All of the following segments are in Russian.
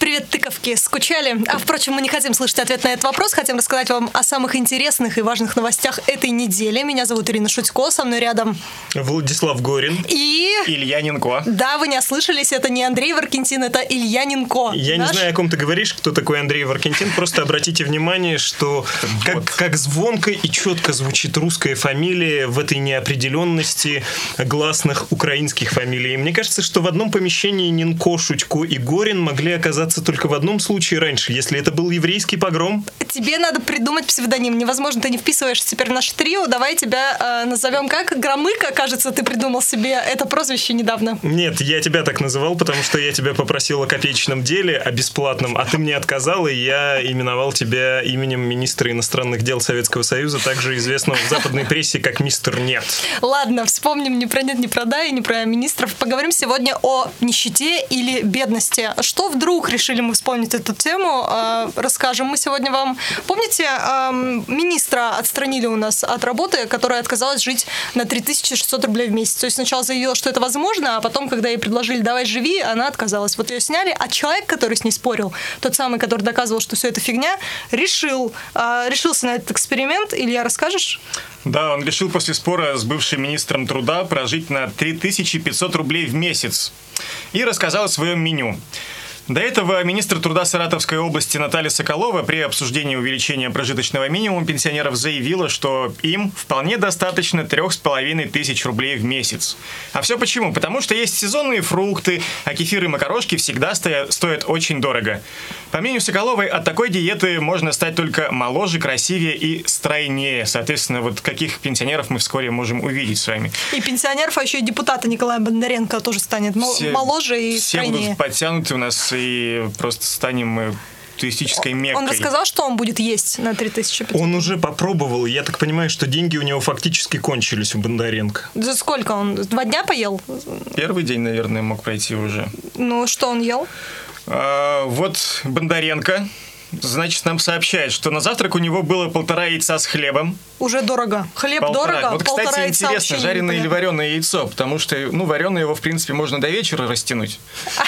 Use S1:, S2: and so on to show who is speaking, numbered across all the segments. S1: Вы, тыковки, скучали? А, впрочем, мы не хотим слышать ответ на этот вопрос, хотим рассказать вам о самых интересных и важных новостях этой недели. Меня зовут Ирина Шутько, со мной рядом...
S2: Владислав Горин.
S1: И...
S3: Илья Нинко.
S1: Да, вы не ослышались, это не Андрей Варкентин, это Илья Нинко.
S2: Я
S1: наш-
S2: не знаю, о ком ты говоришь, кто такой Андрей Варкентин. Просто обратите внимание, что как, как звонко и четко звучит русская фамилия в этой неопределенности гласных украинских фамилий. И Мне кажется, что в одном помещении Нинко, Шутько и Горин могли оказаться только в одном случае раньше, если это был еврейский погром.
S1: Тебе надо придумать псевдоним. Невозможно, ты не вписываешься теперь в наше трио. Давай тебя э, назовем как? Громыка, кажется, ты придумал себе это прозвище недавно.
S2: Нет, я тебя так называл, потому что я тебя попросил о копеечном деле, о бесплатном, а ты мне отказал, и я именовал тебя именем министра иностранных дел Советского Союза, также известного в западной прессе как мистер Нет.
S1: Ладно, вспомним не про нет, не про да и не про министров. Поговорим сегодня о нищете или бедности. Что вдруг решили мы вспомнить эту тему? Э, Расскажем мы сегодня вам. Помните, эм, министра отстранили у нас от работы, которая отказалась жить на 3600 рублей в месяц. То есть сначала заявила, что это возможно, а потом, когда ей предложили «давай живи», она отказалась. Вот ее сняли, а человек, который с ней спорил, тот самый, который доказывал, что все это фигня, решил, э, решился на этот эксперимент. Илья, расскажешь?
S3: Да, он решил после спора с бывшим министром труда прожить на 3500 рублей в месяц. И рассказал о своем меню. До этого министр труда Саратовской области Наталья Соколова при обсуждении увеличения прожиточного минимума пенсионеров заявила, что им вполне достаточно трех с половиной тысяч рублей в месяц. А все почему? Потому что есть сезонные фрукты, а кефир и макарошки всегда стоя- стоят очень дорого. По мнению Соколовой, от такой диеты можно стать только моложе, красивее и стройнее. Соответственно, вот каких пенсионеров мы вскоре можем увидеть с вами.
S1: И пенсионеров, а еще и депутата Николая Бондаренко тоже станет мол-
S3: Все-
S1: моложе и
S3: Все
S1: стройнее.
S3: будут подтянуты у нас и просто станем мы туристической меккой.
S1: Он рассказал, что он будет есть на 3500?
S2: Он уже попробовал, и я так понимаю, что деньги у него фактически кончились у Бондаренко.
S1: За сколько он? Два дня поел?
S3: Первый день, наверное, мог пройти уже.
S1: Ну, что он ел?
S3: А, вот Бондаренко, значит, нам сообщает, что на завтрак у него было полтора яйца с хлебом.
S1: Уже дорого. Хлеб дорого,
S3: Ну, Вот,
S1: полтора
S3: кстати,
S1: яйца вообще
S3: интересно,
S1: не
S3: жареное или
S1: понятно.
S3: вареное яйцо, потому что, ну, вареное его, в принципе, можно до вечера растянуть,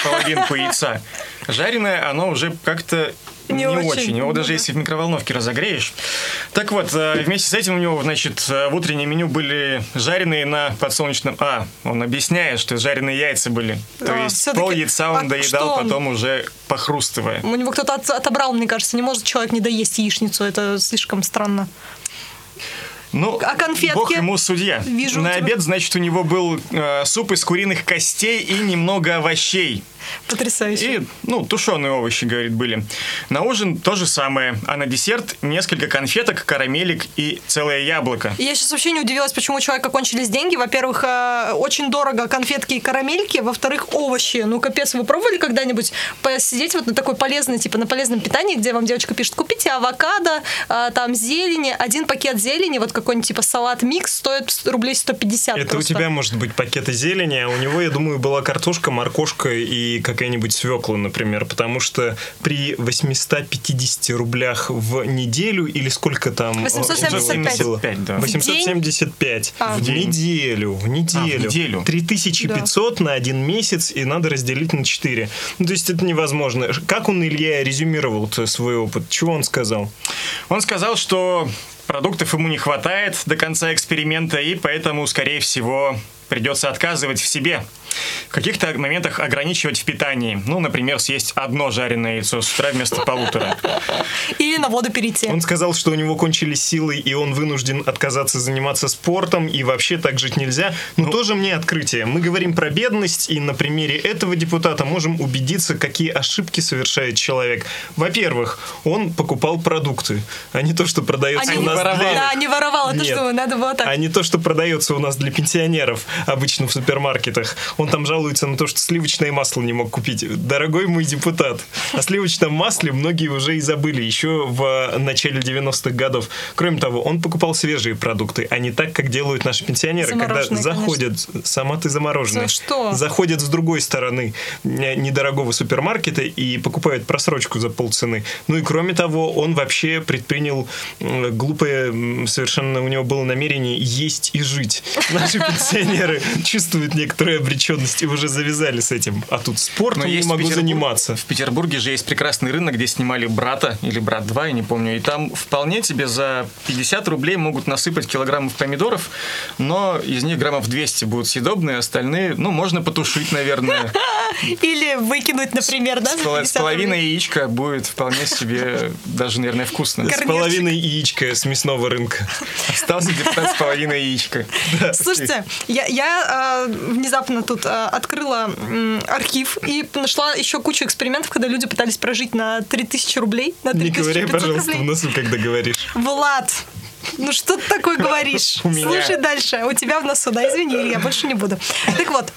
S3: половинку яйца. Жареное, оно уже как-то
S1: Не
S3: не,
S1: очень,
S3: очень. Его
S1: ну да.
S3: даже если в микроволновке разогреешь. Так вот, э, вместе с этим у него, значит, э, в утреннем меню были жареные на подсолнечном... А, он объясняет, что жареные яйца были. То
S1: А,
S3: есть
S1: всё-таки.
S3: пол яйца он
S1: А что
S3: доедал,
S1: он?
S3: потом уже похрустывая.
S1: У него кто-то от- отобрал, мне кажется. Не может человек не доесть яичницу. Это слишком странно.
S3: Ну,
S1: А конфетки?
S3: бог ему судья.
S1: Вижу у
S3: На
S1: тебя.
S3: обед, значит, у него был э, суп из куриных костей и немного овощей.
S1: Потрясающе.
S3: И, ну, тушеные овощи, говорит, были. На ужин то же самое, а на десерт несколько конфеток, карамелек и целое яблоко.
S1: Я сейчас вообще не удивилась, почему у человека кончились деньги. Во-первых, э, очень дорого конфетки и карамельки. Во-вторых, овощи. Ну, капец, вы пробовали когда-нибудь посидеть вот на такой полезной, типа на полезном питании, где вам девочка пишет, купите авокадо, э, там зелени, один пакет зелени, вот какой-нибудь типа салат-микс стоит с- рублей 150
S2: Это
S1: просто.
S2: у тебя, может быть, пакеты зелени, а у него, я думаю, была картошка, моркошка и какая-нибудь свекла, например, потому что при 850 рублях в неделю или сколько там... э,
S1: 875.
S3: 75, да.
S2: 875
S1: А.
S2: в
S1: В день.
S2: неделю, в неделю.
S3: А, в неделю.
S2: 3500 на один месяц и надо разделить на 4. Ну, то есть это невозможно. Как он, Илья, резюмировал свой опыт? Чего он сказал?
S3: Он сказал, что продуктов ему не хватает до конца эксперимента, и поэтому, скорее всего, придется отказывать в себе. В каких-то моментах ограничивать в питании. Ну, например, съесть одно жареное яйцо с утра вместо полутора.
S1: Или на воду перейти.
S2: Он сказал, что у него кончились силы, и он вынужден отказаться заниматься спортом, и вообще так жить нельзя. Но
S1: Ну.
S2: тоже мне открытие. Мы говорим про бедность, и на примере этого депутата можем убедиться, какие ошибки совершает человек. Во-первых, он покупал продукты, а не то, что продается
S1: Они
S2: у
S1: не
S2: нас для-
S3: воровали.
S1: Да, не воровал, это
S2: Нет.
S1: что, надо было так.
S2: а не то, что продается у нас для пенсионеров обычно в супермаркетах. Он там жалуется на то, что сливочное масло не мог купить. Дорогой мой депутат, о сливочном масле многие уже и забыли еще в э, начале 90-х годов. Кроме того, он покупал свежие продукты, а не так, как делают наши пенсионеры, когда
S1: Замороженные,
S2: заходят, сама ты замороженная,
S1: За что?
S2: заходят с другой стороны э, недорогого супермаркета и покупают просрочку за полцены. Ну и кроме того, он вообще предпринял м, глупое, м, совершенно у него было намерение есть и жить. Наши пенсионеры пенсионеры чувствуют некоторую обреченность и уже завязали с этим. А тут спортом не
S3: есть в
S2: могу
S3: Петербург-
S2: заниматься.
S3: В Петербурге же есть прекрасный рынок, где снимали брата или брат 2, я не помню. И там вполне тебе за 50 рублей могут насыпать килограммов помидоров, но из них граммов 200 будут съедобные, остальные, ну, можно потушить, наверное.
S1: Или выкинуть, например, да?
S3: С
S1: за
S3: пол-
S1: 50
S3: с половиной
S1: рублей.
S3: яичка будет вполне себе даже, наверное, вкусно.
S1: Кор-
S2: С половиной яичка с мясного рынка.
S3: Остался 19 с половиной яичка. Да.
S1: Слушайте, я, я, э, внезапно тут э, открыла м, архив и нашла еще кучу экспериментов, когда люди пытались прожить на 3000 рублей. На
S2: Не говори,
S1: 3500
S2: пожалуйста, в
S1: рублей.
S2: носу, когда говоришь.
S1: Влад, ну что ты такое говоришь?
S3: У меня.
S1: Слушай дальше. У тебя в носу, да, извини, Илья, больше не буду. Так вот.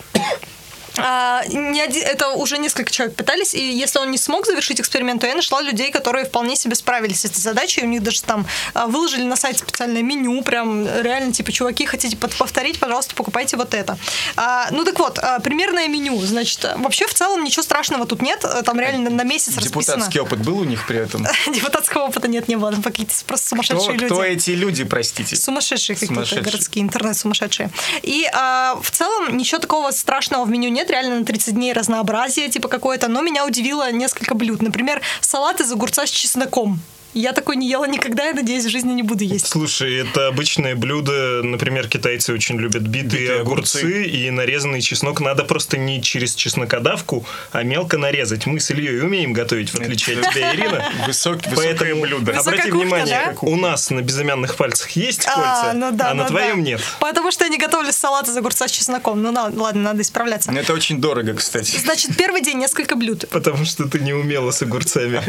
S1: а, ни оди- это уже несколько человек пытались, и если он не смог завершить эксперимент, то я нашла людей, которые вполне себе справились с этой задачей. У них даже там а, выложили на сайт специальное меню, прям реально, типа, чуваки, хотите под- повторить, пожалуйста, покупайте вот это. А, ну так вот, а, примерное меню, значит, а, вообще в целом ничего страшного тут нет, а, там реально на месяц расписано.
S3: Депутатский опыт был у них при этом?
S1: Депутатского опыта нет, не было, там какие-то просто
S3: Кто,
S1: сумасшедшие люди.
S3: кто эти люди, простите?
S1: Сумасшедшие какие-то
S3: Сумасшедшие.
S1: городские, интернет-сумасшедшие. И а, в целом ничего такого страшного в меню нет, реально на 30 дней разнообразие типа какое-то, но меня удивило несколько блюд. Например, салат из огурца с чесноком. Я такой не ела никогда, я надеюсь, в жизни не буду есть.
S2: Слушай, это обычное блюдо. Например, китайцы очень любят битые,
S3: Битые огурцы.
S2: огурцы, и нарезанный чеснок надо просто не через чеснокодавку, а мелко нарезать. Мы с Ильей умеем готовить, в отличие от тебя, Ирина.
S3: Высокие
S2: Поэтому
S3: блюдо.
S1: Высокая
S2: обрати
S1: кухня,
S2: внимание,
S3: да?
S2: у нас на безымянных пальцах есть
S1: А,
S2: кольца,
S1: ну да,
S2: а на
S1: ну
S2: твоем
S1: да.
S2: нет.
S1: Потому что я не готовлю салат из огурца с чесноком. Ну на- ладно, надо исправляться.
S3: Ну, Это очень дорого, кстати.
S1: Значит, первый день несколько блюд.
S2: Потому что ты не умела с огурцами.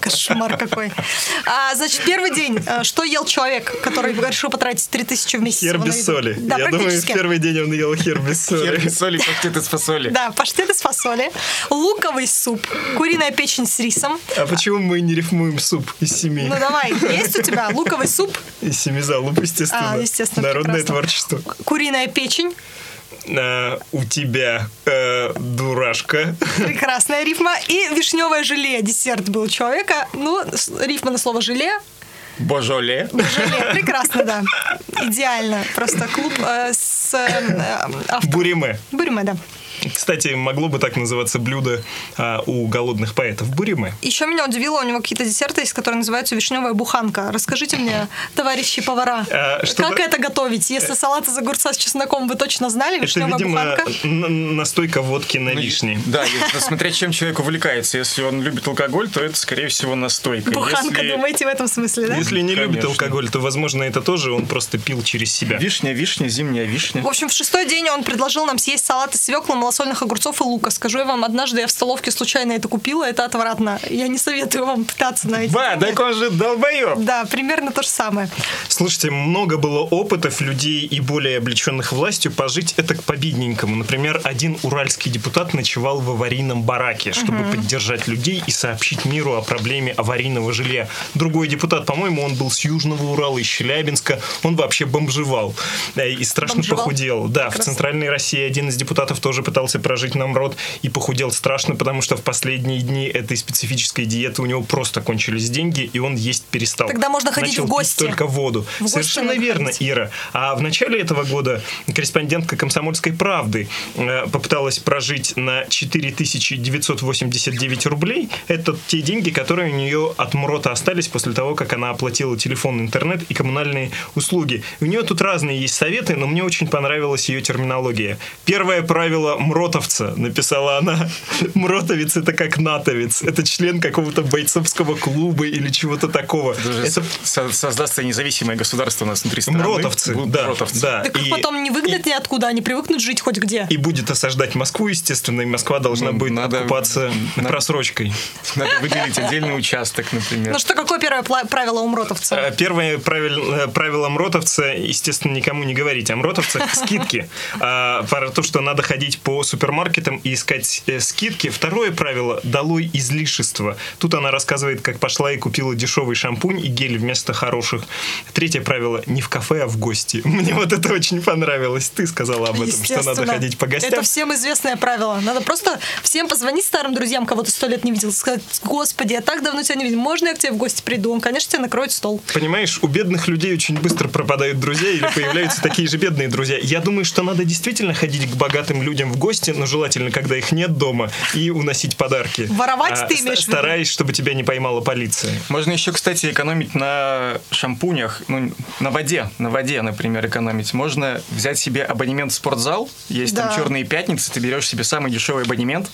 S1: Кошмар какой. А, значит, первый день. а, Что ел человек, который решил потратить 3000 в месяц?
S2: Хер
S1: его на
S2: без
S1: еду?
S2: соли.
S1: ну Да,
S2: Я думаю, в
S1: практически.
S2: первый день он ел хер без соли.
S3: Хер, соли, паштеты с фасоли.
S1: Да, паштет из фасоли, луковый суп, куриная печень с рисом.
S2: А почему мы не рифмуем суп из семи?
S1: Ну давай, есть у тебя луковый суп,
S2: Из семи залуп, естественно.
S1: А, естественно,
S2: Народное
S1: прекрасно.
S2: творчество.
S1: куриная печень,
S2: А, у тебя э, дурашка.
S1: прекрасная рифма, и вишневое желе, десерт был у человека. Ну, с- рифма на слово желе,
S3: Божоле.
S1: желе, прекрасно, да, идеально. Просто клуб э, с э, авто-
S2: Буриме.
S1: Буриме, да.
S2: Кстати, могло бы так называться блюдо а, у голодных поэтов. Буриме.
S1: Еще меня удивило, у него какие-то десерты есть, которые называются вишневая буханка. Расскажите мне, товарищи повара,
S2: А, что
S1: как
S2: за-
S1: это готовить? Если салат из огурца с чесноком вы точно знали,
S2: Э, Это,
S1: вишневая
S2: видимо,
S1: буханка.
S2: н- настойка водки на
S3: Ну,
S2: вишне.
S3: Да, и смотря чем человек увлекается. Если он любит алкоголь, то это, скорее всего, настойка.
S1: Буханка,
S3: Если
S1: думаете, в этом смысле, да?
S2: Если не любит
S3: Конечно.
S2: алкоголь, то, возможно, это тоже он просто пил через себя.
S3: Вишня, вишня, зимняя вишня.
S1: В общем, в шестой день он предложил нам съесть салат из свекла, малосольных огурцов и лука. Скажу я вам, однажды я в столовке случайно это купила, это отвратно. Я не советую вам пытаться на эти
S3: Ба,
S1: деньги.
S3: так он же долбоеб.
S1: Да, примерно то же самое.
S2: Слушайте, много было опытов людей и более облеченных властью пожить это к победненькому. Например, один уральский депутат ночевал в аварийном бараке, чтобы поддержать людей и сообщить миру о проблеме аварийного жилья. Другой депутат, по-моему, он был с Южного Урала, из Челябинска, он вообще бомжевал э, и страшно
S1: Бомжевал?
S2: похудел. Да, в
S1: Прекрасно.
S2: Центральной России один из депутатов тоже пытался прожить нам рот и похудел страшно, потому что в последние дни этой специфической диеты у него просто кончились деньги, и он есть перестал.
S1: Тогда можно ходить
S2: Начал
S1: в
S2: пить
S1: гости.
S2: только воду.
S1: В гости
S2: Совершенно
S1: надо
S2: верно,
S1: ходить.
S2: Ира. А в начале этого года корреспондентка «Комсомольской правды» э, попыталась прожить на 4989 рублей. Это те деньги, которые у нее от МРОТа остались после того, как она оплатила телефон, интернет и коммунальные услуги. У нее тут разные есть советы, но мне очень понравилась ее терминология. Первое правило мротовца, написала она. Мротовец — это как натовец. Это член какого-то бойцовского клуба или чего-то такого.
S3: Даже
S2: Это
S3: со- создастся независимое государство у нас внутри страны.
S2: Мротовцы,
S3: Будут
S2: да,
S3: мротовцы.
S2: да.
S1: Так
S2: и,
S1: потом не выглядят ниоткуда, они привыкнут жить хоть где.
S2: и будет осаждать Москву, естественно, и Москва должна
S3: Ну,
S2: будет
S3: надо-
S2: оккупаться
S3: надо-
S2: просрочкой.
S3: Надо выделить отдельный участок, например.
S1: Ну что, какое первое пла- правило у мротовца?
S2: Э, Первое правиль- э, правило мротовца, естественно, никому не говорить о мротовцах, скидки. А, Про то, что надо ходить по по супермаркетам и искать э, скидки. Второе правило – долой излишества. Тут она рассказывает, как пошла и купила дешевый шампунь и гель вместо хороших. Третье правило – не в кафе, а в гости. Мне вот это очень понравилось. Ты сказала об А, этом, что надо
S1: Естественно.
S2: ходить по гостям.
S1: Это всем известное правило. Надо просто всем позвонить старым друзьям, кого ты сто лет не видел, сказать, господи, я так давно тебя не видел, можно я к тебе в гости приду? Он, конечно, тебе накроет стол.
S2: Понимаешь, у бедных людей очень быстро пропадают друзья или появляются такие же бедные друзья. Я думаю, что надо действительно ходить к богатым людям в гости, но желательно, когда их нет дома, и уносить подарки. А,
S1: Воровать ты
S2: ста-
S1: имеешь в виду?
S2: Стараясь, чтобы тебя не поймала полиция.
S3: Можно еще, кстати, экономить на шампунях, ну, на воде, на воде, например, экономить. Можно взять себе абонемент в спортзал, есть
S1: Да.
S3: там черные пятницы, ты берешь себе самый дешевый абонемент,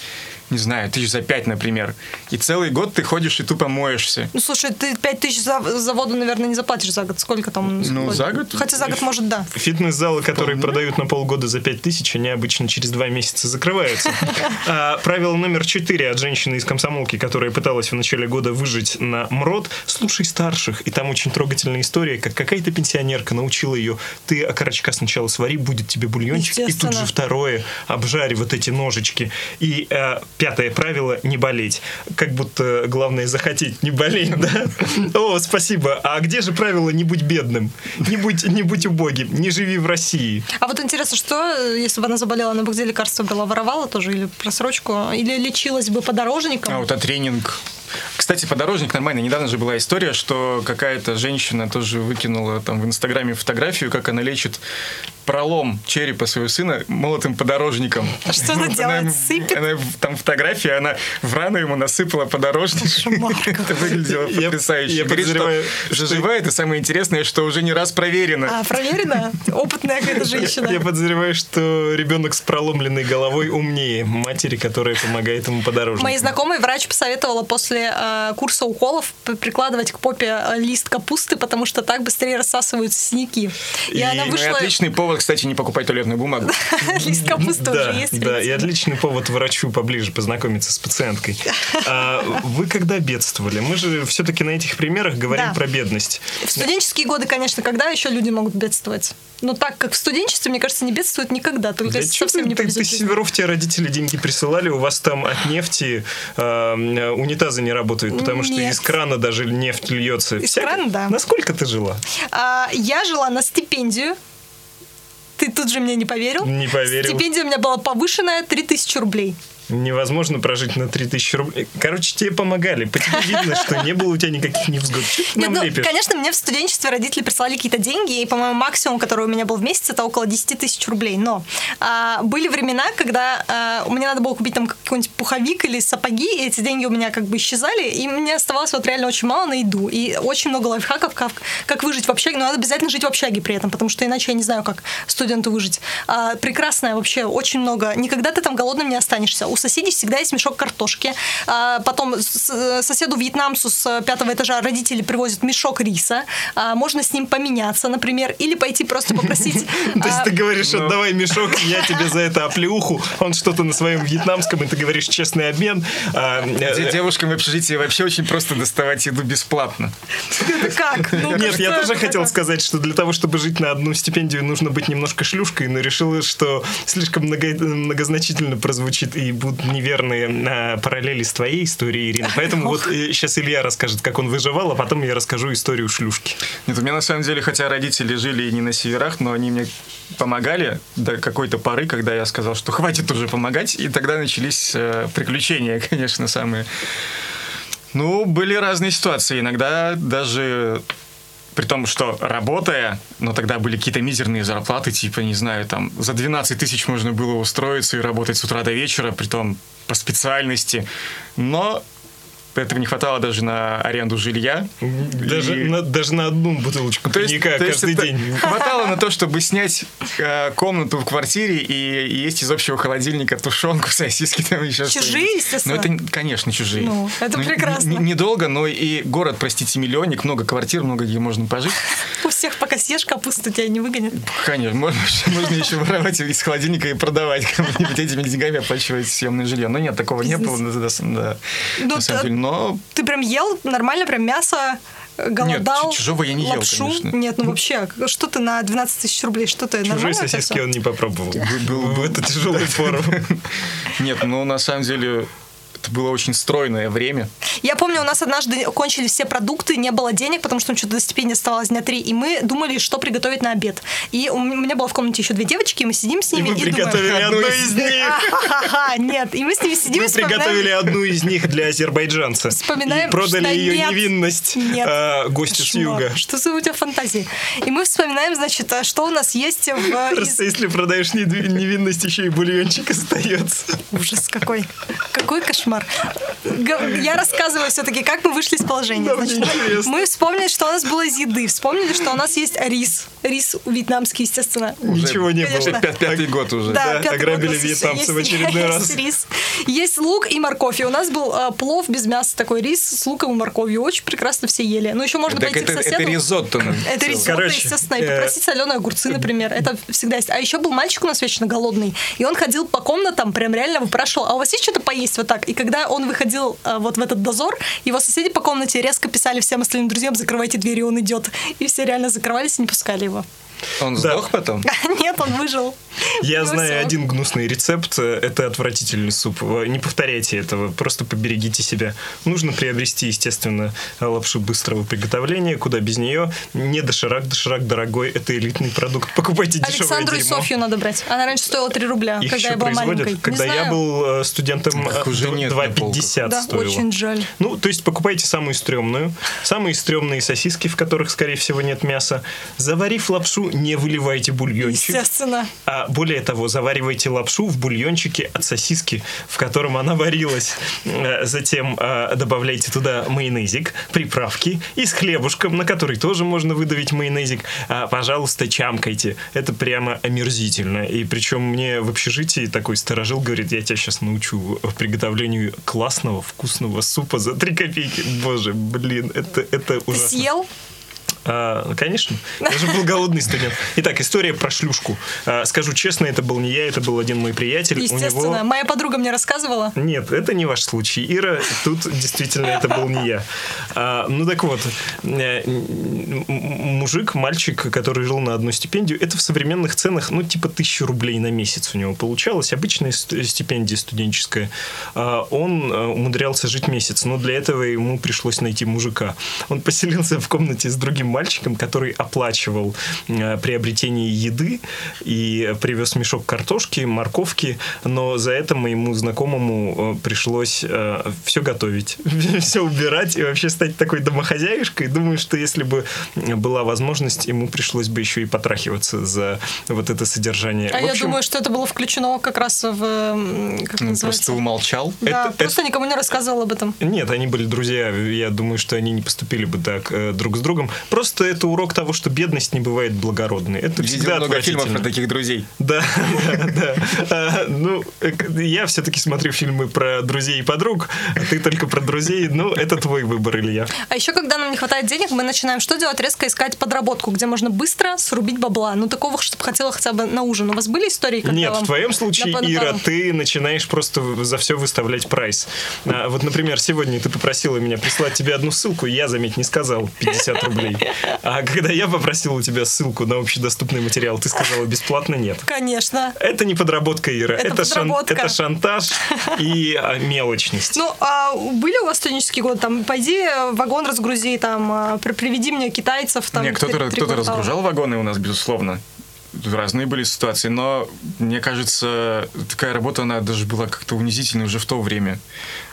S3: не знаю, тысяч за пять, например, и целый год ты ходишь и тупо моешься.
S1: Ну, слушай, ты пять тысяч за, за воду, наверное, не заплатишь за год. Сколько там?
S3: Ну, за год?
S1: Хотя за год, может, да.
S2: Фитнес-залы, которые продают на полгода за 5000, они обычно через два месяца закрываются. А, правило номер четыре от женщины из комсомолки, которая пыталась в начале года выжить на МРОД. Слушай старших. И там очень трогательная история, как какая-то пенсионерка научила ее, ты окорочка сначала свари, будет тебе бульончик, и тут же
S1: Естественно.
S2: второе, обжарь вот эти ножички. И э, пятое правило, не болеть. Как будто э, главное захотеть не болеть, да? О, спасибо. А где же правило не будь бедным? Не будь, не будь убогим, не живи в России.
S1: А вот интересно, что, э, если бы она заболела, она бы где лекарства брала? Воровала тоже или просрочку? Или лечилась бы подорожником?
S3: А вот а тренинг. Кстати, подорожник нормально. Недавно же была история, что какая-то женщина тоже выкинула там в Инстаграме фотографию, как она лечит пролом черепа своего сына молотым подорожником.
S1: А что она делает? Сыпет?
S3: Она, в- там фотография, она в рану ему насыпала подорожник.
S1: Кошмар
S3: Это выглядело
S2: Я-
S3: потрясающе.
S2: я
S3: Говорит, что
S2: подозреваю,
S3: заживает, и самое интересное, что уже не раз проверено.
S1: А, проверено? Опытная какая-то женщина.
S2: Я подозреваю, что ребенок с проломленной головой умнее матери, которая помогает ему подорожником.
S1: Моей знакомой врач посоветовала после э, курса уколов п- прикладывать к попе э, лист капусты, потому что так быстрее рассасываются синяки. А, И,
S2: И-
S1: она
S2: ну и
S3: Ну и
S1: вышла...
S3: отличный повод, кстати, не покупать туалетную бумагу.
S1: Лист капусты
S2: да,
S1: уже есть.
S2: Да, и
S1: видите.
S2: отличный повод врачу поближе познакомиться с пациенткой. А вы когда бедствовали? Мы же все-таки на этих примерах говорим
S1: Да.
S2: про бедность.
S1: В студенческие годы, конечно, когда еще люди могут бедствовать? Но так как в студенчестве, мне кажется, не бедствуют никогда, только
S2: Да
S1: если
S2: чё
S1: Ну, совсем
S2: ты,
S1: не
S2: ты,
S1: повезет.
S2: ты
S1: жизни.
S2: северов, тебе родители деньги присылали, у вас там от нефти э, э, унитазы не работают, потому что
S1: Нет.
S2: из крана даже нефть льется.
S1: Из
S2: Всяко-
S1: крана, да.
S2: Насколько ты жила?
S1: А, я жила на стипендию. Ты тут же мне не поверил?
S2: Не поверил.
S1: Стипендия у меня была повышенная 3000 рублей.
S2: Невозможно прожить на 3000 рублей. Короче, тебе помогали. По тебе видно, что не было у тебя никаких невзгод. Чё ты
S1: Нет,
S2: нам
S1: ну,
S2: лепишь?
S1: конечно, мне в студенчестве родители прислали какие-то деньги, и, по-моему, максимум, который у меня был в месяц, это около 10 тысяч рублей. Но а, были времена, когда а, мне надо было купить там какой-нибудь пуховик или сапоги, и эти деньги у меня как бы исчезали, и мне оставалось вот реально очень мало на еду. И очень много лайфхаков, как, как выжить в общаге. Но надо обязательно жить в общаге при этом, потому что иначе я не знаю, как студенту выжить. А, прекрасная вообще, очень много. Никогда ты там голодным не останешься. У соседей всегда есть мешок картошки. А, потом с- э, соседу вьетнамцу с э, пятого этажа родители привозят мешок риса. А, можно с ним поменяться, например, или пойти просто попросить...
S2: То есть
S1: а,
S2: ты говоришь,
S3: Ну.
S2: отдавай мешок, я тебе за это оплеуху. Он что-то на своем вьетнамском, и ты говоришь честный обмен. А,
S3: Де-
S2: э,
S3: Девушкам в общежитии вообще очень просто доставать еду бесплатно.
S1: «Это Как? Ну,
S2: Нет,
S1: что
S2: я тоже
S1: это
S2: хотел
S1: такое?»
S2: сказать, что для того, чтобы жить на одну стипендию, нужно быть немножко шлюшкой, но решила, что слишком много- многозначительно прозвучит и будут неверные э, параллели с твоей историей, Ирина. Поэтому вот сейчас Илья расскажет, как он выживал, а потом я расскажу историю шлюшки.
S3: Нет, у меня на самом деле, хотя родители жили и не на северах, но они мне помогали до какой-то поры, когда я сказал, что хватит уже помогать, и тогда начались э, приключения, конечно, самые. Ну, были разные ситуации. Иногда даже при том, что работая, но тогда были какие-то мизерные зарплаты, типа, не знаю, там, за 12 тысяч можно было устроиться и работать с утра до вечера, при том по специальности. Но этого не хватало даже на аренду жилья.
S2: Даже,
S3: И-
S2: на, даже на одну бутылочку коньяка
S3: Ну, то есть
S2: каждый
S3: это
S2: день.
S3: Хватало на то, чтобы снять э, комнату в квартире и есть из общего холодильника тушенку, сосиски там еще
S1: Чужие,
S3: что-нибудь.
S1: естественно.
S3: Ну, это, н- конечно, чужие.
S1: Ну, это
S3: н-
S1: прекрасно.
S3: н- Недолго, но и город, простите, миллионник, много квартир, много где можно пожить.
S1: У всех пока съешь капусту, тебя не выгонят.
S3: Конечно, можно, можно еще воровать из холодильника и продавать кому-нибудь этими деньгами, оплачивать съемное жилье. Но нет, такого не
S1: Бизнес.
S3: было. да, да, да,
S1: Ну,
S3: на самом
S1: да.
S3: деле. Но
S1: Ты прям ел нормально, прям мясо, голодал.
S4: Нет, чужого я не ел,
S1: лапшу.
S4: конечно.
S1: Нет, ну вообще, что ты на 12 тысяч рублей, что ты,
S2: Чужой
S1: нормально это
S2: сосиски
S1: всё?
S2: он не попробовал.
S4: был-
S2: В эту тяжелую пору.
S4: Нет, ну на самом деле это было очень стройное время.
S1: Я помню, у нас однажды кончились все продукты, не было денег, потому что ну, что-то до стипендии оставалось дня три, и мы думали, что приготовить на обед. И у м- у меня было в комнате еще две девочки, и мы сидим с
S2: И
S1: ними
S2: мы
S1: и,
S2: приготовили
S1: думаем...
S2: одну из них.
S1: «Ха-ха-ха, Нет, и мы с ними сидим и
S2: Мы
S1: вспоминаем-
S2: приготовили одну из них для азербайджанца.
S1: Вспоминаем,
S2: И продали
S1: что
S2: ее
S1: нет,
S2: невинность
S1: нет.
S2: а, гостю с
S1: Кошмар.
S2: юга.
S1: Что за у тебя фантазии? И мы вспоминаем, значит, а что у нас есть в... из-
S2: Просто если продаешь недви- невинность, еще и бульончик остается.
S1: Ужас какой. Какой кошмар. Г- Я рассказываю все-таки, как мы вышли из положения.
S2: Да, мне
S1: Значит,
S2: интересно.
S1: мы вспомнили, что у нас было из еды. Вспомнили, что у нас есть рис. Рис вьетнамский, естественно.
S4: Уже
S2: Ничего не
S1: конечно.
S2: было.
S4: пя- Пятый год уже.
S2: да,
S1: пятый
S2: ограбили
S1: год у нас
S2: вьетнамцы
S1: есть-
S2: в очередной
S1: есть
S2: раз.
S1: рис. Есть лук и морковь. И у нас был э, плов без мяса, такой рис с луком и морковью. Очень прекрасно все ели. Ну, еще можно
S4: Так
S1: пойти
S4: это,
S1: к
S4: это
S1: соседу.
S4: ризотто. наверное.
S1: Это ризотто,
S2: Короче,
S1: естественно, и
S2: э,
S1: попросить соленые огурцы, например. Это всегда есть. А еще был мальчик у нас вечно голодный, и он ходил по комнатам, прям реально выпрашивал, а у вас есть что-то поесть вот так? И когда он выходил э, вот в этот дозор, его соседи по комнате резко писали всем остальным друзьям, закрывайте двери, он идет. И все реально закрывались и не пускали его.
S4: Он сдох потом?
S1: Нет, он выжил.
S2: Я
S1: Ну, всё.
S2: знаю один гнусный рецепт. э, Это отвратительный суп. Э, Не повторяйте этого, просто поберегите себя. Нужно приобрести, естественно, э, лапшу быстрого приготовления. Куда без нее? Не доширак, доширак дорогой. Это элитный продукт. Покупайте дешевое
S1: Александру и
S2: дерьмо.
S1: Софью надо брать. Она раньше стоила 3 рубля,
S2: Их
S1: А когда
S2: еще
S1: я была маленькой.
S2: производят.
S1: Не
S2: Когда я
S1: знаю.
S2: был э, студентом,
S4: Так
S2: э,
S4: уже
S2: дв-
S4: нет на
S2: 2,50
S1: Да,
S2: стоило.
S1: очень жаль.
S2: Ну, то есть покупайте самую стрёмную, самые стрёмные сосиски, в которых, скорее всего, нет мяса. Заварив лапшу, не выливайте бульончик.
S1: Естественно.
S2: А более того, заваривайте лапшу в бульончике от сосиски, в котором она варилась. Э, Затем э, добавляйте туда майонезик, приправки и с хлебушком, на который тоже можно выдавить майонезик. А, Пожалуйста, чамкайте. Это прямо омерзительно. И причем мне в общежитии такой сторожил говорит, я тебя сейчас научу приготовлению классного, вкусного супа за 3 копейки. Боже, блин, это, это
S1: Ты
S2: ужасно.
S1: съел?
S2: А, конечно. Я же был голодный студент. Итак, история про шлюшку. А, скажу честно, это был не я, это был один мой приятель. У
S1: Естественно.
S2: него...
S1: Моя подруга мне рассказывала.
S2: Нет, это не ваш случай, Ира. Тут действительно это был не я. А, ну так вот, э, м- м- мужик, мальчик, который жил на одну стипендию, это в современных ценах, ну типа тысячу рублей на месяц у него получалось. Обычная ст- стипендия студенческая. А, он э, умудрялся жить месяц, но для этого ему пришлось найти мужика. Он поселился в комнате с другим мальчиком, который оплачивал э, приобретение еды и привез мешок картошки, морковки, но за это моему знакомому э, пришлось все готовить, все убирать и вообще стать такой домохозяюшкой. Думаю, что если бы была возможность, ему пришлось бы еще и потрахиваться за вот это содержание.
S1: А
S2: В
S1: я
S2: общем,
S1: думаю, что это было включено как раз в... э, м, Как
S4: Ну,
S1: называется?
S4: Просто умолчал.
S1: Да,
S2: это-
S1: просто никому не рассказывал об этом.
S2: Нет, они были друзья. Я думаю, что они не поступили бы так э, друг с другом. Просто это урок того, что бедность не бывает благородной. Это
S4: Видел
S2: всегда
S4: много фильмов
S2: отвратительно.
S4: про таких друзей.
S2: Да, да, да. А, Ну, э, к- я все-таки смотрю фильмы про друзей и подруг, а ты только про друзей. Ну, это твой выбор, Илья.
S1: А еще, когда нам не хватает денег, мы начинаем что делать? Резко искать подработку, где можно быстро срубить бабла. Ну, такого, чтобы хотела хотя бы на ужин. У вас были истории, когда
S2: Нет,
S1: вам
S2: в твоем случае,
S1: на- на
S2: Ира,
S1: пару?
S2: ты начинаешь просто в- за все выставлять прайс. А, вот, например, сегодня ты попросила меня прислать тебе одну ссылку, и я, заметь, не сказал 50 рублей. А когда я попросил у тебя ссылку на общедоступный материал, ты сказала бесплатно нет.
S1: Конечно.
S2: Это не подработка, Ира.
S1: Это
S2: Это, шан-
S1: подработка.
S2: это шантаж и а, мелочность.
S1: Ну, а были у вас студенческие годы? Там, пойди э, вагон разгрузи, там, а, при- приведи мне китайцев, там,
S4: Не, кто-то
S1: три- три
S4: кто-то
S1: квартала.
S4: разгружал вагоны у нас, безусловно. Разные были ситуации, но мне кажется, такая работа, она даже была как-то унизительной уже в то время.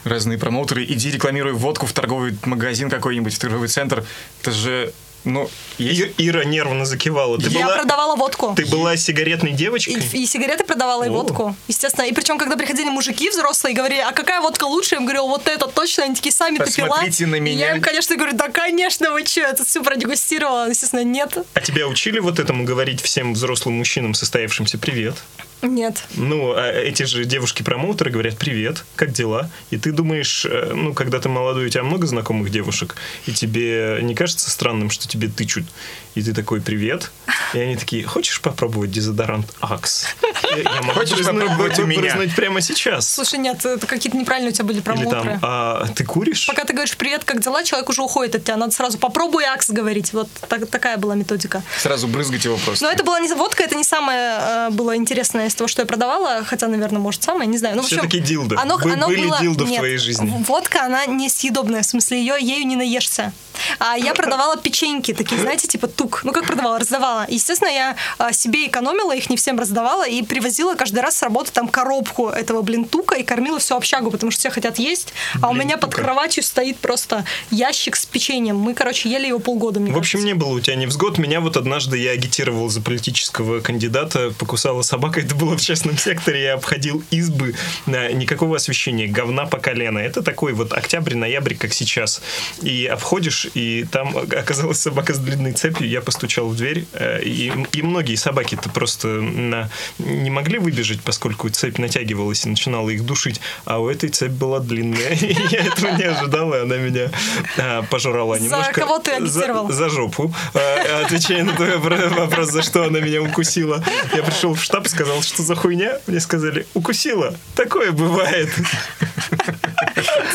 S4: Разные промоутеры, иди рекламируй водку в торговый магазин какой-нибудь, в торговый центр. Это же, ну, есть...
S2: И- Ира нервно закивала. Ты
S1: Я
S2: была,
S1: продавала водку.
S2: ты была сигаретной
S1: И,
S2: девочкой?
S1: и сигареты продавала, и
S2: О.
S1: водку. Естественно. И причем, когда приходили мужики взрослые и говорили, а какая водка лучше, я им говорила, вот это точно. Они такие, сами ты пила.
S4: Посмотрите на
S1: И
S4: меня.
S1: я им, конечно, говорю, да, конечно, вы что, я тут все продегустировала. Естественно, нет.
S2: А тебя учили вот этому говорить всем взрослым мужчинам, состоявшимся привет?
S1: Нет.
S2: Ну, а эти же девушки-промоутеры говорят «Привет, как дела?» И ты думаешь, э, ну, когда ты молодой, у тебя много знакомых девушек, и тебе не кажется странным, что тебе тычут? И ты такой «Привет», и они такие «Хочешь попробовать дезодорант Акс?» Я- я могу
S4: Хочешь
S2: брызнуть-
S4: попробовать у
S2: могу
S4: меня?
S2: брызнуть прямо сейчас.
S1: Слушай, нет, это какие-то неправильные у тебя были
S2: Или там
S1: промоутеры.
S2: «А ты куришь?»
S1: Пока ты говоришь «Привет, как дела?», человек уже уходит от тебя. Надо сразу «Попробуй акс» говорить. Вот так- такая была методика.
S4: Сразу брызгать его просто.
S1: Но Ну, это была не водка, это не самое э, было интересное из того, что я продавала, хотя, наверное, может, самое, не знаю. Ну, в общем,
S2: Всё-таки дилдо.
S1: Оно,
S2: Бы-
S1: оно
S2: были
S1: было-
S2: дилдо в
S1: нет,
S2: твоей жизни?
S1: Водка, она несъедобная, в смысле, ее ею не наешься. А я продавала печеньки, такие, знаете, типа тук. Ну, как продавала, раздавала. Естественно, я а, себе экономила, их не всем раздавала, и привозила каждый раз с работы там коробку этого, блин, тука, и кормила всю общагу, потому что все хотят есть, а у
S2: Блин,
S1: меня под
S2: тука.
S1: кроватью стоит просто ящик с печеньем. Мы, короче, ели его полгода, мне
S2: В общем,
S1: кажется.
S2: не было у тебя невзгод. Меня вот однажды я агитировал за политического кандидата, покусала собака. Это было в частном секторе. Я обходил избы, э, никакого освещения, говна по колено. Это такой вот октябрь-ноябрь, как сейчас. И обходишь, и там оказалась собака с длинной цепью. Я постучал в дверь, э, и, и многие собаки-то просто на- не могли выбежать, поскольку цепь натягивалась и начинала их душить. А у этой цепь была длинная. И Я этого не ожидал, и она меня э, пожрала
S1: За
S2: немножко.
S1: кого ты
S2: за-
S1: агитировал?
S2: за жопу, э, отвечая на твой вопро- вопрос, за что она меня укусила. Я пришел в штаб, сказал, что за хуйня. Мне сказали, укусила. Такое бывает.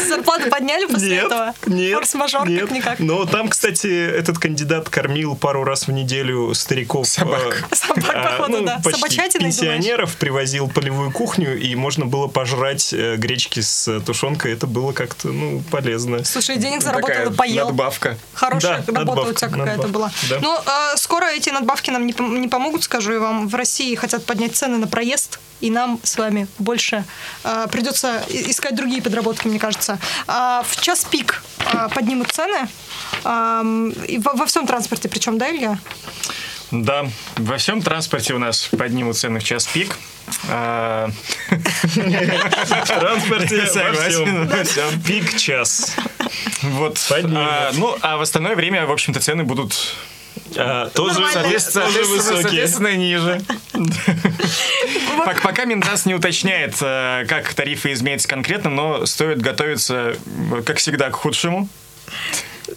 S1: Зарплату подняли после
S2: Нет,
S1: этого?
S2: нет,
S1: Форс-мажор
S2: нет. Ну,
S1: как-никак.
S2: Но там, кстати, этот кандидат кормил пару раз в неделю стариков.
S4: Собак.
S2: э,
S1: Собак,
S2: а,
S1: походу,
S2: ну,
S1: да.
S2: почти
S1: Собачатиной, думаешь?
S2: пенсионеров привозил полевую кухню, и можно было пожрать э, гречки с э, тушенкой. Это было как-то, ну, полезно.
S1: Слушай, денег заработал
S4: Такая
S1: и поел.
S4: надбавка.
S1: Хорошая
S2: Ну, Да,
S1: работа у
S2: надбавка,
S1: тебя какая-то
S2: надбавка,
S1: была.
S2: да.
S1: Ну, э, скоро эти надбавки нам не, пом- не помогут, скажу я вам. В России хотят поднять цены на проезд, и нам с вами больше э, придется и- искать другие подработки, мне кажется. А в час пик э, поднимут цены. Ам, и во, во всем транспорте, причем, да, Илья?
S3: Да, во всем транспорте у нас поднимут цены в час пик. А,
S2: В транспорте во
S3: Согласен,
S2: всем.
S3: во всем.
S2: Пик час.
S3: Вот.
S2: Поднимут.
S3: А, ну, а в остальное время, в общем-то, цены будут
S2: А, Тоже
S3: соответственно,
S2: тоже
S3: соответственно,
S2: высокие.
S3: соответственно, ниже. Пок- Пока Минтас не уточняет, э, как тарифы изменятся конкретно, но стоит готовиться, э, как всегда, к худшему.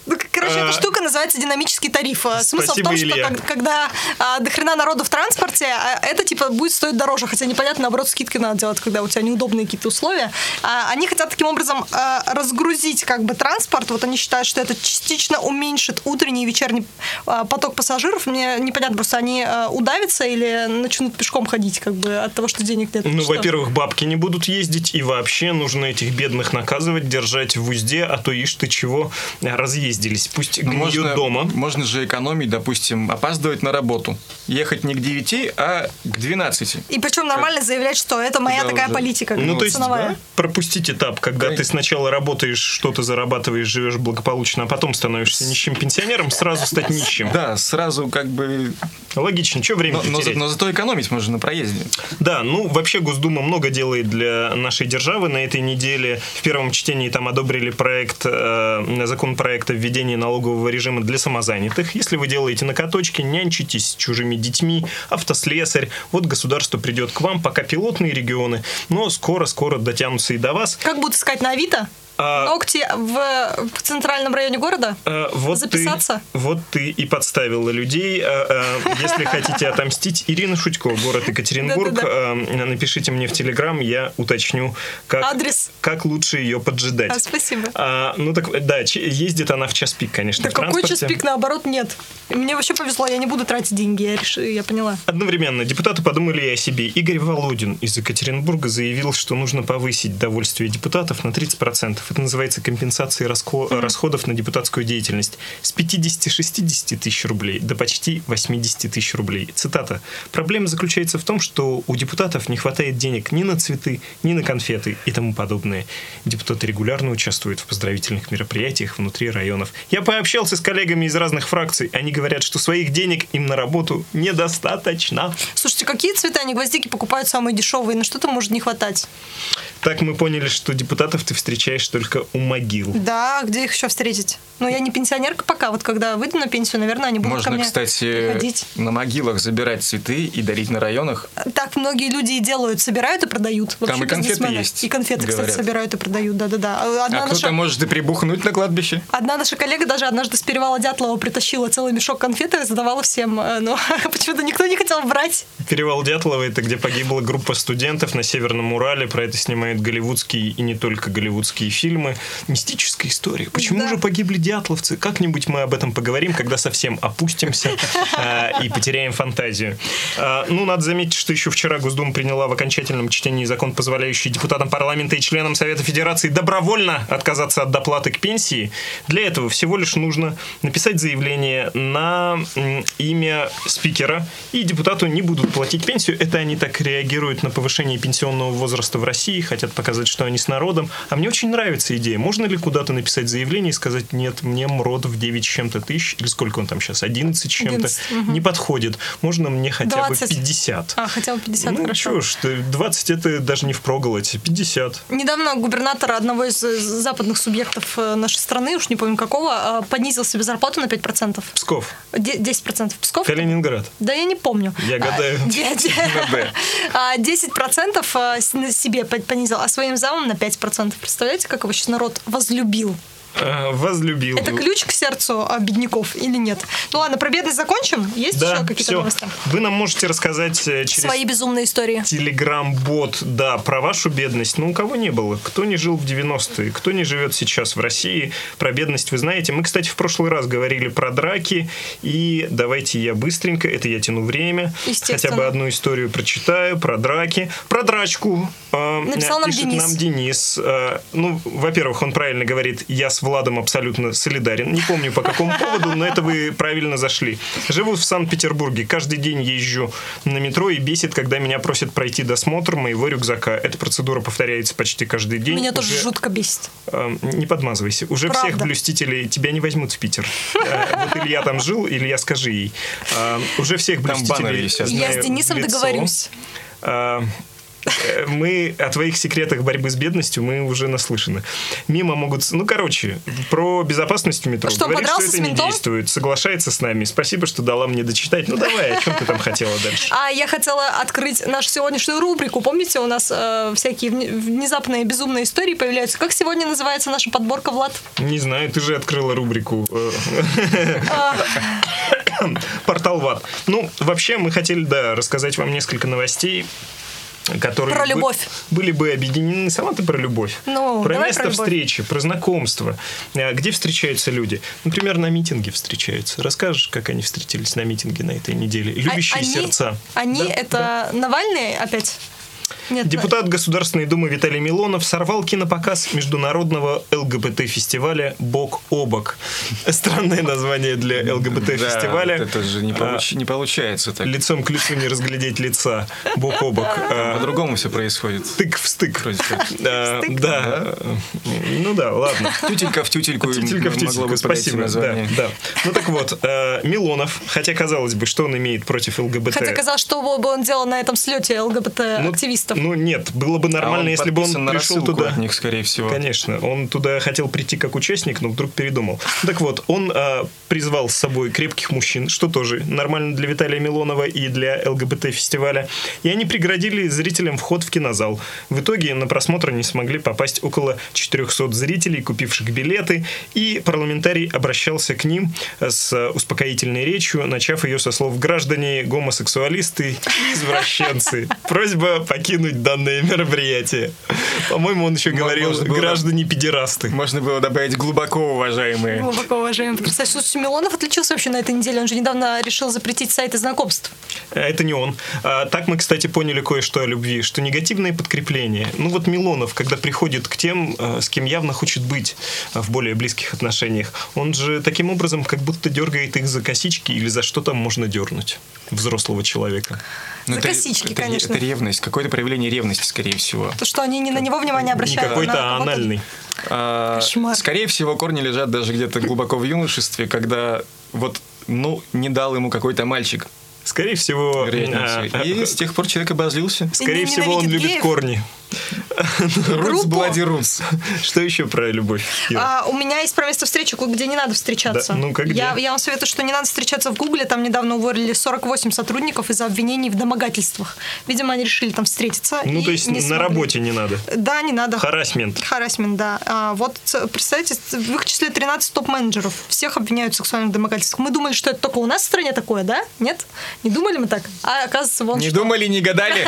S1: Ну, к- Короче, эта
S2: А.
S1: штука называется динамический тариф. А Смысл в
S2: Спасибо,
S1: том, что
S2: Илья.
S1: как- когда а, дохрена народу в транспорте, а, это типа будет стоить дороже. Хотя непонятно, наоборот, скидки надо делать, когда у тебя неудобные какие-то условия. А, они хотят таким образом а, разгрузить как бы транспорт. Вот они считают, что это частично уменьшит утренний и вечерний а, поток пассажиров. Мне непонятно, просто они а, удавятся или начнут пешком ходить как бы от того, что денег нет.
S2: Ну,
S1: Что?
S2: во-первых, бабки не будут ездить, и вообще нужно этих бедных наказывать, держать в узде, а то ишь ты чего э, разъездились. Пусть
S4: Ну,
S2: гниют дома.
S4: можно же экономить, допустим, опаздывать на работу. Ехать не к 9, а к 12.
S1: И причем нормально заявлять, что это моя
S4: Да,
S1: такая
S4: уже.
S1: политика как
S2: Ну,
S1: бы,
S2: то есть
S1: ценовая.
S2: да, пропустить этап, когда
S4: Конечно.
S2: ты сначала работаешь, что-то зарабатываешь, живешь благополучно, а потом становишься нищим пенсионером, сразу стать нищим.
S4: Да, сразу как бы...
S2: Логично, что время
S4: Но, но за- но зато экономить можно на проезде.
S2: Да, ну вообще Госдума много делает для нашей державы. На этой неделе в первом чтении там одобрили проект, э, закон проекта введения налогового режима для самозанятых. Если вы делаете накаточки, нянчитесь с чужими детьми, автослесарь, вот государство придет к вам, пока пилотные регионы, но скоро-скоро дотянутся и до вас.
S1: Как будут искать на Авито?
S2: А-
S1: Ногти в, в центральном районе города?
S2: Э, вот
S1: Записаться?
S2: Ты, вот ты и подставила людей. Э, э, Если хотите отомстить, Ирина Шутько, город Екатеринбург.
S1: Да-да-да.
S2: Э, Напишите мне в Телеграм, я уточню, как,
S1: Адрес.
S2: как лучше ее поджидать.
S1: А, спасибо.
S2: А, ну так, да, ч- ездит она в час пик, конечно,
S1: Да
S2: в
S1: какой
S2: транспорте.
S1: час пик, наоборот, нет. Мне вообще повезло, я не буду тратить деньги, я, решила, я поняла.
S2: Одновременно депутаты подумали и о себе. Игорь Володин из Екатеринбурга заявил, что нужно повысить довольствие депутатов на 30%. Это называется компенсацией раско- расходов на депутатскую деятельность. С 50-60 тысяч рублей до почти 80 тысяч рублей. Цитата. «Проблема заключается в том, что у депутатов не хватает денег ни на цветы, ни на конфеты и тому подобное. Депутаты регулярно участвуют в поздравительных мероприятиях внутри районов. Я пообщался с коллегами из разных фракций. Они говорят, что своих денег им на работу недостаточно.
S1: Слушайте, какие цвета они гвоздики покупают самые дешевые? На что-то может не хватать.
S2: Так мы поняли, что депутатов ты встречаешь только у могил.
S1: Да, где их еще встретить? Ну, я не пенсионерка пока. Вот когда выйду на пенсию, наверное, они будут
S4: Можно,
S1: ко мне
S4: кстати,
S1: приходить.
S4: на могилах забирать цветы и дарить на районах.
S1: Так многие люди и делают, собирают и продают.
S4: Там и конфеты
S1: бизнесмены.
S4: есть,
S1: И конфеты,
S4: говорят.
S1: кстати, собирают и продают, да-да-да. А Одна
S4: А
S1: наша-
S4: кто-то может и прибухнуть на кладбище.
S1: Одна наша коллега даже однажды с перевала Дятлова притащила целый мешок конфет и задавала всем, э, но почему-то никто не хотел брать.
S2: Перевал Дятлова — это где погибла группа студентов на Северном Урале. Про это снимают голливудские и не только голливудские фильмы. Мистическая история. Почему
S1: Да.
S2: же погибли дятловцы? Как-нибудь мы об этом поговорим, когда совсем опустимся э, и потеряем фантазию. Э, Ну, надо заметить, что еще вчера Госдума приняла в окончательном чтении закон, позволяющий депутатам парламента и членам Совета Федерации добровольно отказаться от доплаты к пенсии. Для этого всего лишь нужно написать заявление на м, имя спикера, и депутату не будут платить пенсию. Это они так реагируют на повышение пенсионного возраста в России, хотят показать, что они с народом. А мне очень нравится идея. Можно ли куда-то написать заявление и сказать, нет, мне МРОД в 9 с чем-то тысяч, или сколько он там сейчас, 11 с чем-то,
S1: 11,
S2: не подходит. Можно мне хотя
S1: 20.
S2: бы 50.
S1: А, хотел 50,
S2: ну
S1: хорошо.
S2: чё ж ты, 20 это даже не впроголодь, 50.
S1: Недавно губернатор одного из э, западных субъектов э, нашей страны, уж не помню какого, э, понизил себе зарплату на 5%.
S2: Псков,
S1: Де- 10% Псков.
S2: Калининград.
S1: Да я не помню.
S2: Я гадаю.
S1: А, де- де-
S4: Д.
S1: А, 10% э, с- на себе по- понизил, а своим замом на 5%. Представляете, как его сейчас народ возлюбил?
S2: Э, Возлюбил.
S1: Это ключ к сердцу а, бедняков или нет? Ну ладно, про бедность закончим. Есть еще
S2: Да,
S1: какие-то
S2: всё.
S1: новости?
S2: Вы нам можете рассказать э, через
S1: Свои безумные истории.
S2: Телеграм-бот, да, про вашу бедность, ну, у кого не было? Кто не жил в 90-е? Кто не живет сейчас в России? Про бедность вы знаете. Мы, кстати, в прошлый раз говорили про драки, и давайте я быстренько, это я тяну время, хотя
S1: Естественно.
S2: бы одну историю прочитаю про драки, про драчку. э,
S1: Написал нам
S2: пишет
S1: Денис.
S2: нам Денис. Э, Ну, во-первых, он правильно говорит, я с Владом абсолютно солидарен. Не помню по какому поводу, но это вы правильно зашли. Живу в Санкт-Петербурге. Каждый день езжу на метро и бесит, когда меня просят пройти досмотр моего рюкзака. Эта процедура повторяется почти каждый день.
S1: Меня тоже
S2: Уже,
S1: жутко бесит.
S2: э, Не подмазывайся. Уже
S1: Правда.
S2: всех блюстителей тебя не возьмут в Питер. Э, Вот Илья там жил, Илья, скажи ей. Э, Уже всех
S4: Там баннеры
S2: блюстителей
S4: висят.
S1: Я
S2: знаю
S1: с Денисом
S2: в лицо.
S1: договорюсь.
S2: А, э, Мы о твоих секретах борьбы с бедностью мы уже наслышаны. Мимо могут... с- Ну, короче, про безопасность в метро.
S1: А Что, он
S2: Говорит, что
S1: подрался
S2: это
S1: с
S2: не
S1: ментом?
S2: действует. Соглашается с нами. Спасибо, что дала мне дочитать. Ну, давай, о чем ты там хотела дальше?
S1: А я хотела открыть нашу сегодняшнюю рубрику. Помните, у нас э, всякие вне- внезапные безумные истории появляются. Как сегодня называется наша подборка, Влад? А
S2: Не знаю, ты же открыла рубрику. э, Портал ВАД. Ну, вообще, мы хотели, да, рассказать вам несколько новостей, которые...
S1: Про
S2: бы-
S1: любовь.
S2: Были бы объединены. Сама ты про любовь.
S1: Ну,
S2: про
S1: давай
S2: место
S1: про любовь.
S2: встречи, про знакомство. А, Где встречаются люди? Например, на митинге встречаются. Расскажешь, как они встретились на митинге на этой неделе?
S1: А-
S2: Любящие
S1: они-
S2: сердца.
S1: Они
S2: Да,
S1: это Навальный опять? Нет.
S2: Депутат Государственной Думы Виталий Милонов сорвал кинопоказ международного ЛГБТ-фестиваля «Бок о бок». Странное название для ЛГБТ-фестиваля. А,
S4: Да, вот это же не, получ- не получается так.
S2: Лицом к лицу не разглядеть лица, бок о бок. А,
S4: По-другому все происходит.
S2: Тык в стык.
S4: Вроде как.
S2: А, Да. Ну да, ладно.
S4: Тютелька в тютельку. им
S2: Тютелька в
S4: могло
S2: тютельку,
S4: бы подойти
S2: спасибо. Да,
S4: название. А
S2: да. Ну так вот, э, Милонов, хотя казалось бы, что он имеет против ЛГБТ?
S1: Хотя казалось, что бы он делал на этом слете
S2: Ну,
S1: ЛГБТ-активистов.
S2: Ну нет, было бы
S4: А
S2: нормально, если бы
S4: подписан
S2: он
S4: на
S2: пришел
S4: рассылку
S2: туда.
S4: от них, скорее всего.
S2: Конечно, он туда хотел прийти как участник, но вдруг передумал. Так вот, он э, призвал с собой крепких мужчин, что тоже нормально для Виталия Милонова и для ЛГБТ-фестиваля. И они преградили зрителям вход в кинозал. В итоге на просмотр не смогли попасть около 400 зрителей, купивших билеты, и парламентарий обращался к ним с э, успокоительной речью, начав ее со слов «граждане, гомосексуалисты и извращенцы». Просьба покинуть данное мероприятие. По-моему, он еще
S4: М-
S2: говорил
S4: может было-
S2: граждане педерасты.
S4: Можно было добавить глубоко уважаемые.
S1: Глубоко уважаем. Представляешь, слушай, Милонов отличился вообще на этой неделе. Он же недавно решил запретить сайты знакомств.
S2: А, Это не он. А, так мы, кстати, поняли кое-что о любви, что негативное подкрепление. Ну вот Милонов, когда приходит к тем, э, с кем явно хочет быть э, в более близких отношениях, он же таким образом как будто дергает их за косички или за что там можно дернуть взрослого человека.
S4: Но
S1: За
S4: Ну, это-
S1: косички,
S4: это-
S1: конечно.
S4: Это ревность, какое-то проявление ревности, скорее всего.
S1: То, что они не на него внимание
S2: Не
S1: обращают. а на
S2: какой-то
S1: кого-то.
S2: анальный.
S4: А,
S1: Кошмар.
S4: Скорее всего, корни лежат даже где-то глубоко в юношестве, когда вот, ну, не дал ему какой-то мальчик.
S2: Скорее всего,
S4: вероятнее
S2: а,
S4: всего.
S2: а,
S4: И с тех пор человек обозлился.
S2: скорее
S1: И
S2: всего, он
S1: ненавидит
S2: любит
S1: геев.
S2: корни.
S4: Рутс,
S1: Группу?
S4: Блади Рутс.
S2: Что еще про любовь? Ира?
S1: А, у меня есть про место встречи, где не надо встречаться.
S2: Да, ну-ка, где?
S1: Я, я вам советую, что не надо встречаться в Гугле. Там недавно уволили 48 сотрудников из-за обвинений в домогательствах. Видимо, они решили там встретиться.
S2: ну,
S1: и
S2: то есть
S1: не
S2: на
S1: смогли.
S2: работе не надо.
S1: Да, не надо.
S2: Харасмент.
S1: Харасмент, да. А, вот, ц- представьте, ц- в их числе 13 топ-менеджеров. Всех обвиняют в сексуальных домогательствах. Мы думали, что это только у нас в стране такое, да? Нет? Не думали мы так? А оказывается, вон
S4: Не
S1: что.
S4: думали, не гадали.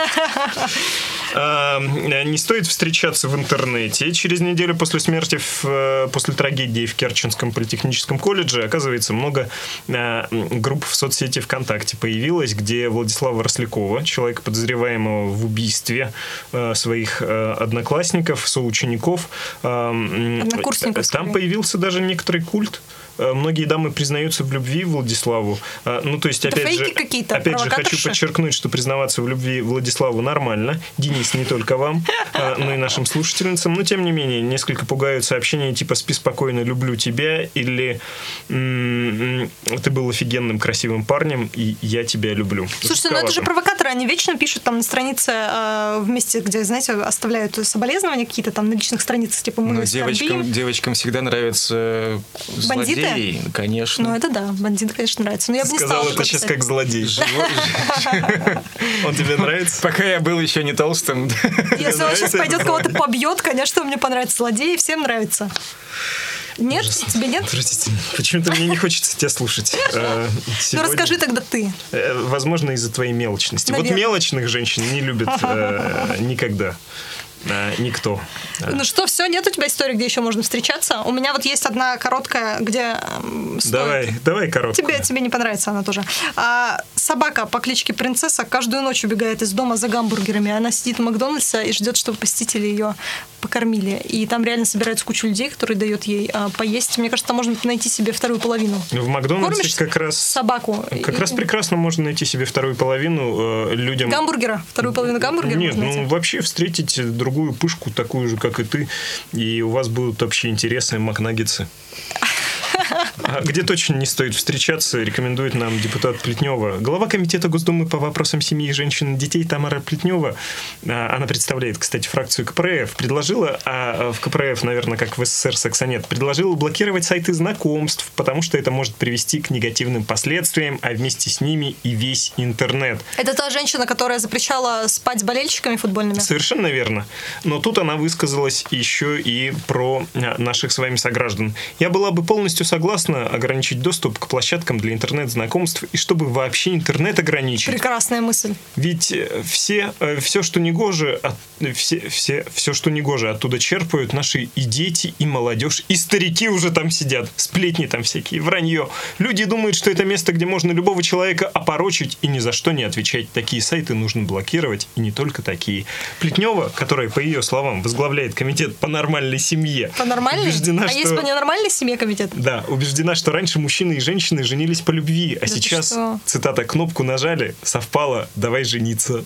S2: А, э, не стоит встречаться в интернете. Через неделю после смерти, в, э, после трагедии в Керченском политехническом колледже, оказывается, много э, м, групп в соцсети ВКонтакте появилось, где Владислава Рослякова, человека, подозреваемого в убийстве э, своих э, одноклассников, соучеников, э, м,
S1: Однокурсников,
S2: э, там
S1: скорее.
S2: появился даже некоторый культ. Э, Многие дамы признаются в любви Владиславу. Э, Ну, то есть,
S1: Это
S2: опять же,
S1: фейки какие-то,
S2: опять же, хочу
S1: провокаторши?
S2: подчеркнуть, подчеркнуть, что признаваться в любви Владиславу нормально. Денис, не только вам, а, но и нашим слушательницам. Но, тем не менее, несколько пугают сообщения типа «Спи спокойно, люблю тебя» или м, м, «Ты был офигенным, красивым парнем, и я тебя люблю».
S1: Слушайте, ну это же
S2: Жутковато.
S1: провокаторы, они вечно пишут там на странице э, вместе, где, знаете, оставляют соболезнования какие-то там на личных страницах, типа мы
S2: Ну,
S4: Но
S1: вас скорбим.
S4: Ну, девочкам, девочкам всегда нравятся
S1: Бандиты?
S4: злодеи, конечно.
S1: Ну это да, бандит, конечно, нравится. Но я бы не
S2: Сказал
S1: стала
S2: это сейчас как злодей. Он тебе нравится?
S4: Пока я был еще не толстым.
S1: Если он
S2: нравится
S1: сейчас
S2: это
S1: пойдет
S2: слово?
S1: кого-то побьет, конечно, мне понравится злодей, всем нравится. Нет? Тебе нет?
S2: Отвратительно. Почему-то мне не хочется тебя слушать. Э,
S1: Ну
S2: сегодня.
S1: расскажи тогда ты.
S2: Э, Возможно, из-за твоей мелочности. Вот
S1: Наверное.
S2: мелочных женщин не любят э, никогда. Э, Никто. Э,
S1: Ну что, все, нет у тебя истории, где еще можно встречаться? У меня вот есть одна короткая, где эм, стоит.
S2: Давай, давай короткую.
S1: Тебе, тебе не понравится она тоже. А, собака по кличке Принцесса каждую ночь убегает из дома за гамбургерами. Она сидит в Макдональдсе и ждет, чтобы посетители ее покормили. И там реально собирается куча людей, которые дают ей а, поесть. Мне кажется, там можно найти себе вторую половину.
S2: В Макдональдсе
S1: Кормишь
S2: как раз
S1: Собаку.
S2: Ну, как
S1: И-
S2: раз прекрасно можно найти себе вторую половину э, людям.
S1: Гамбургера. Вторую половину гамбургера
S2: Нет,
S1: можно
S2: ну
S1: найти.
S2: вообще встретить другую пышку, такую же, как и ты, и у вас будут общие интересы макнаггетсы. А Где точно не стоит встречаться, рекомендует нам депутат Плетнева. Глава Комитета Госдумы по вопросам семьи, женщин и детей Тамара Плетнева, а, она представляет, кстати, фракцию КПРФ, предложила, а а, в КПРФ, наверное, как в СССР саксонет, предложила блокировать сайты знакомств, потому что это может привести к негативным последствиям, а вместе с ними и весь интернет.
S1: Это та женщина, которая запрещала спать с болельщиками футбольными.
S2: Совершенно верно. Но тут она высказалась еще и про э, наших с вами сограждан. Я была бы полностью согласна ограничить доступ к площадкам для интернет-знакомств и чтобы вообще интернет ограничить.
S1: Прекрасная мысль.
S2: Ведь э, все, э, все, что негоже, от- э, все, все, все, что негоже, оттуда черпают наши и дети, и молодежь, и старики уже там сидят, сплетни там всякие, вранье. Люди думают, что это место, где можно любого человека опорочить и ни за что не отвечать. Такие сайты нужно блокировать, и не только такие. Плетнева, которая, по ее словам, возглавляет комитет по нормальной семье,
S1: По нормальной?
S2: убеждена,
S1: а
S2: что...
S1: есть по ненормальной семье комитет?
S2: Да, убеждена, что раньше мужчины и женщины женились по любви, а
S1: ты
S2: сейчас,
S1: что?
S2: цитата, кнопку нажали, совпало, давай жениться.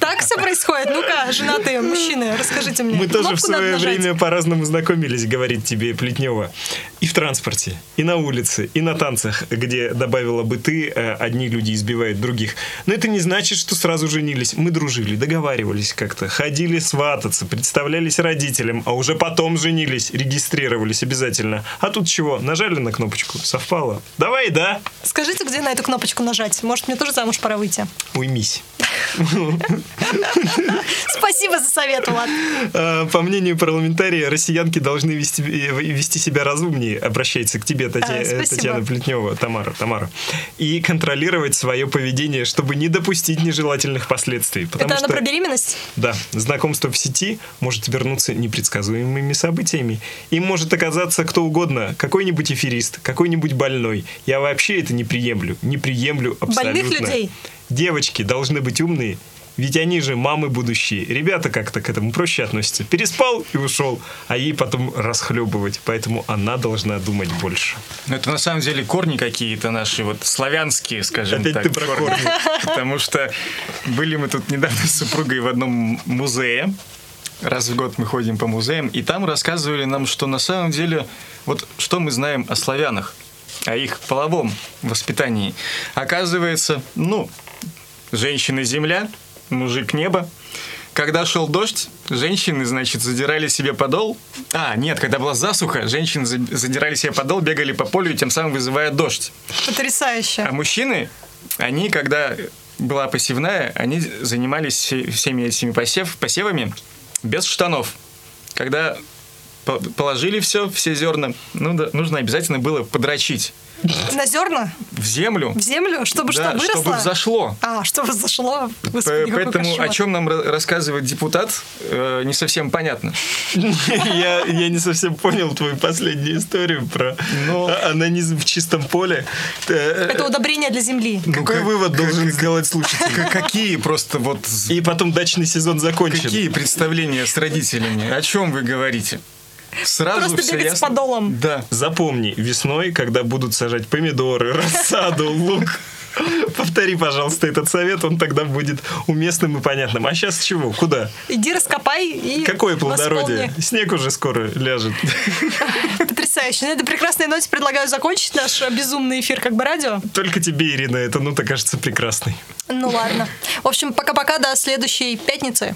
S1: Так все происходит. Ну-ка, женатые мужчины, расскажите мне.
S2: Мы тоже в
S1: Кнопку надо
S2: свое
S1: нажать.
S2: время по-разному знакомились, говорит тебе Плетнева. И в транспорте, и на улице, и на танцах, где, добавила бы ты, э, одни люди избивают других. Но это не значит, что сразу женились. Мы дружили, договаривались как-то, ходили свататься, представлялись родителям, а уже потом женились, регистрировались обязательно. А тут чего? Нажали на кнопочку, совпало. Давай, да,
S1: Скажите, где на эту кнопочку нажать? Может, мне тоже замуж пора выйти?
S2: уймись.
S1: Спасибо за совет, Влад.
S2: Э, По мнению парламентария, россиянки должны вести, э, вести себя разумнее, обращается к тебе, Тате-
S1: А,
S2: э,
S1: спасибо.
S2: Татьяна Плетнева, Тамара, Тамара, и контролировать свое поведение, чтобы не допустить нежелательных последствий. Потому
S1: Это она
S2: что,
S1: про беременность?
S2: да, знакомство в сети может вернуться непредсказуемыми событиями. Им может оказаться кто угодно, какой-нибудь эфирист, какой-нибудь больной. Я вообще это не приемлю, не приемлю абсолютно.
S1: Больных людей?
S2: Девочки должны быть умные, ведь они же мамы будущие. Ребята как-то к этому проще относятся. Переспал и ушел, а ей потом расхлебывать. Поэтому она должна думать больше.
S4: Но Ну, это на самом деле корни какие-то наши, вот славянские, скажем
S2: Опять
S4: так.
S2: ты про корни.
S4: Потому что были мы тут недавно с супругой в одном музее. Раз в год мы ходим по музеям, и там рассказывали нам, что на самом деле, вот что мы знаем о славянах, о их половом воспитании. Оказывается, ну, женщина земля, мужик небо.
S3: Когда шел дождь, женщины, значит, задирали себе подол. А, нет, когда была засуха, женщины за- задирали себе подол, бегали по полю, и тем самым вызывая дождь.
S1: Потрясающе.
S3: А мужчины, они, когда была посевная, они занимались все- всеми этими посев, посевами без штанов. Когда по- положили все, все зерна, ну, да, нужно обязательно было подрочить
S1: На зерна?
S3: в землю,
S1: В землю? Чтобы
S3: да,
S1: что, выросло?
S3: чтобы взошло.
S1: А, чтобы зашло.
S3: П-
S1: Господи, какой
S3: Поэтому о
S1: кошмар.
S3: чем нам ра- рассказывает депутат, э, не совсем понятно.
S2: Я, я не совсем понял твою последнюю историю про а- анонизм в чистом поле. Э,
S1: Это удобрение для земли.
S2: Какой вывод должен сделать слушатель?
S3: К- Какие просто вот з-
S2: И потом дачный сезон закончен.
S3: какие представления с родителями? О чем вы говорите? Сразу
S1: Просто
S3: всё
S1: бегать с
S3: ясно.
S1: подолом.
S3: Да.
S2: Запомни, весной, когда будут сажать помидоры, рассаду, лук, повтори, пожалуйста, этот совет, он тогда будет уместным и понятным. А сейчас чего? Куда?
S1: Иди раскопай и
S2: Какое плодородие?
S1: восполни.
S2: Снег уже скоро ляжет.
S1: Потрясающе. На этой прекрасной ноте предлагаю закончить наш э, безумный эфир как бы радио.
S2: Только тебе, ну, Ирина, эта нота кажется прекрасной.
S1: Ну ладно. В общем, пока-пока, до следующей пятницы.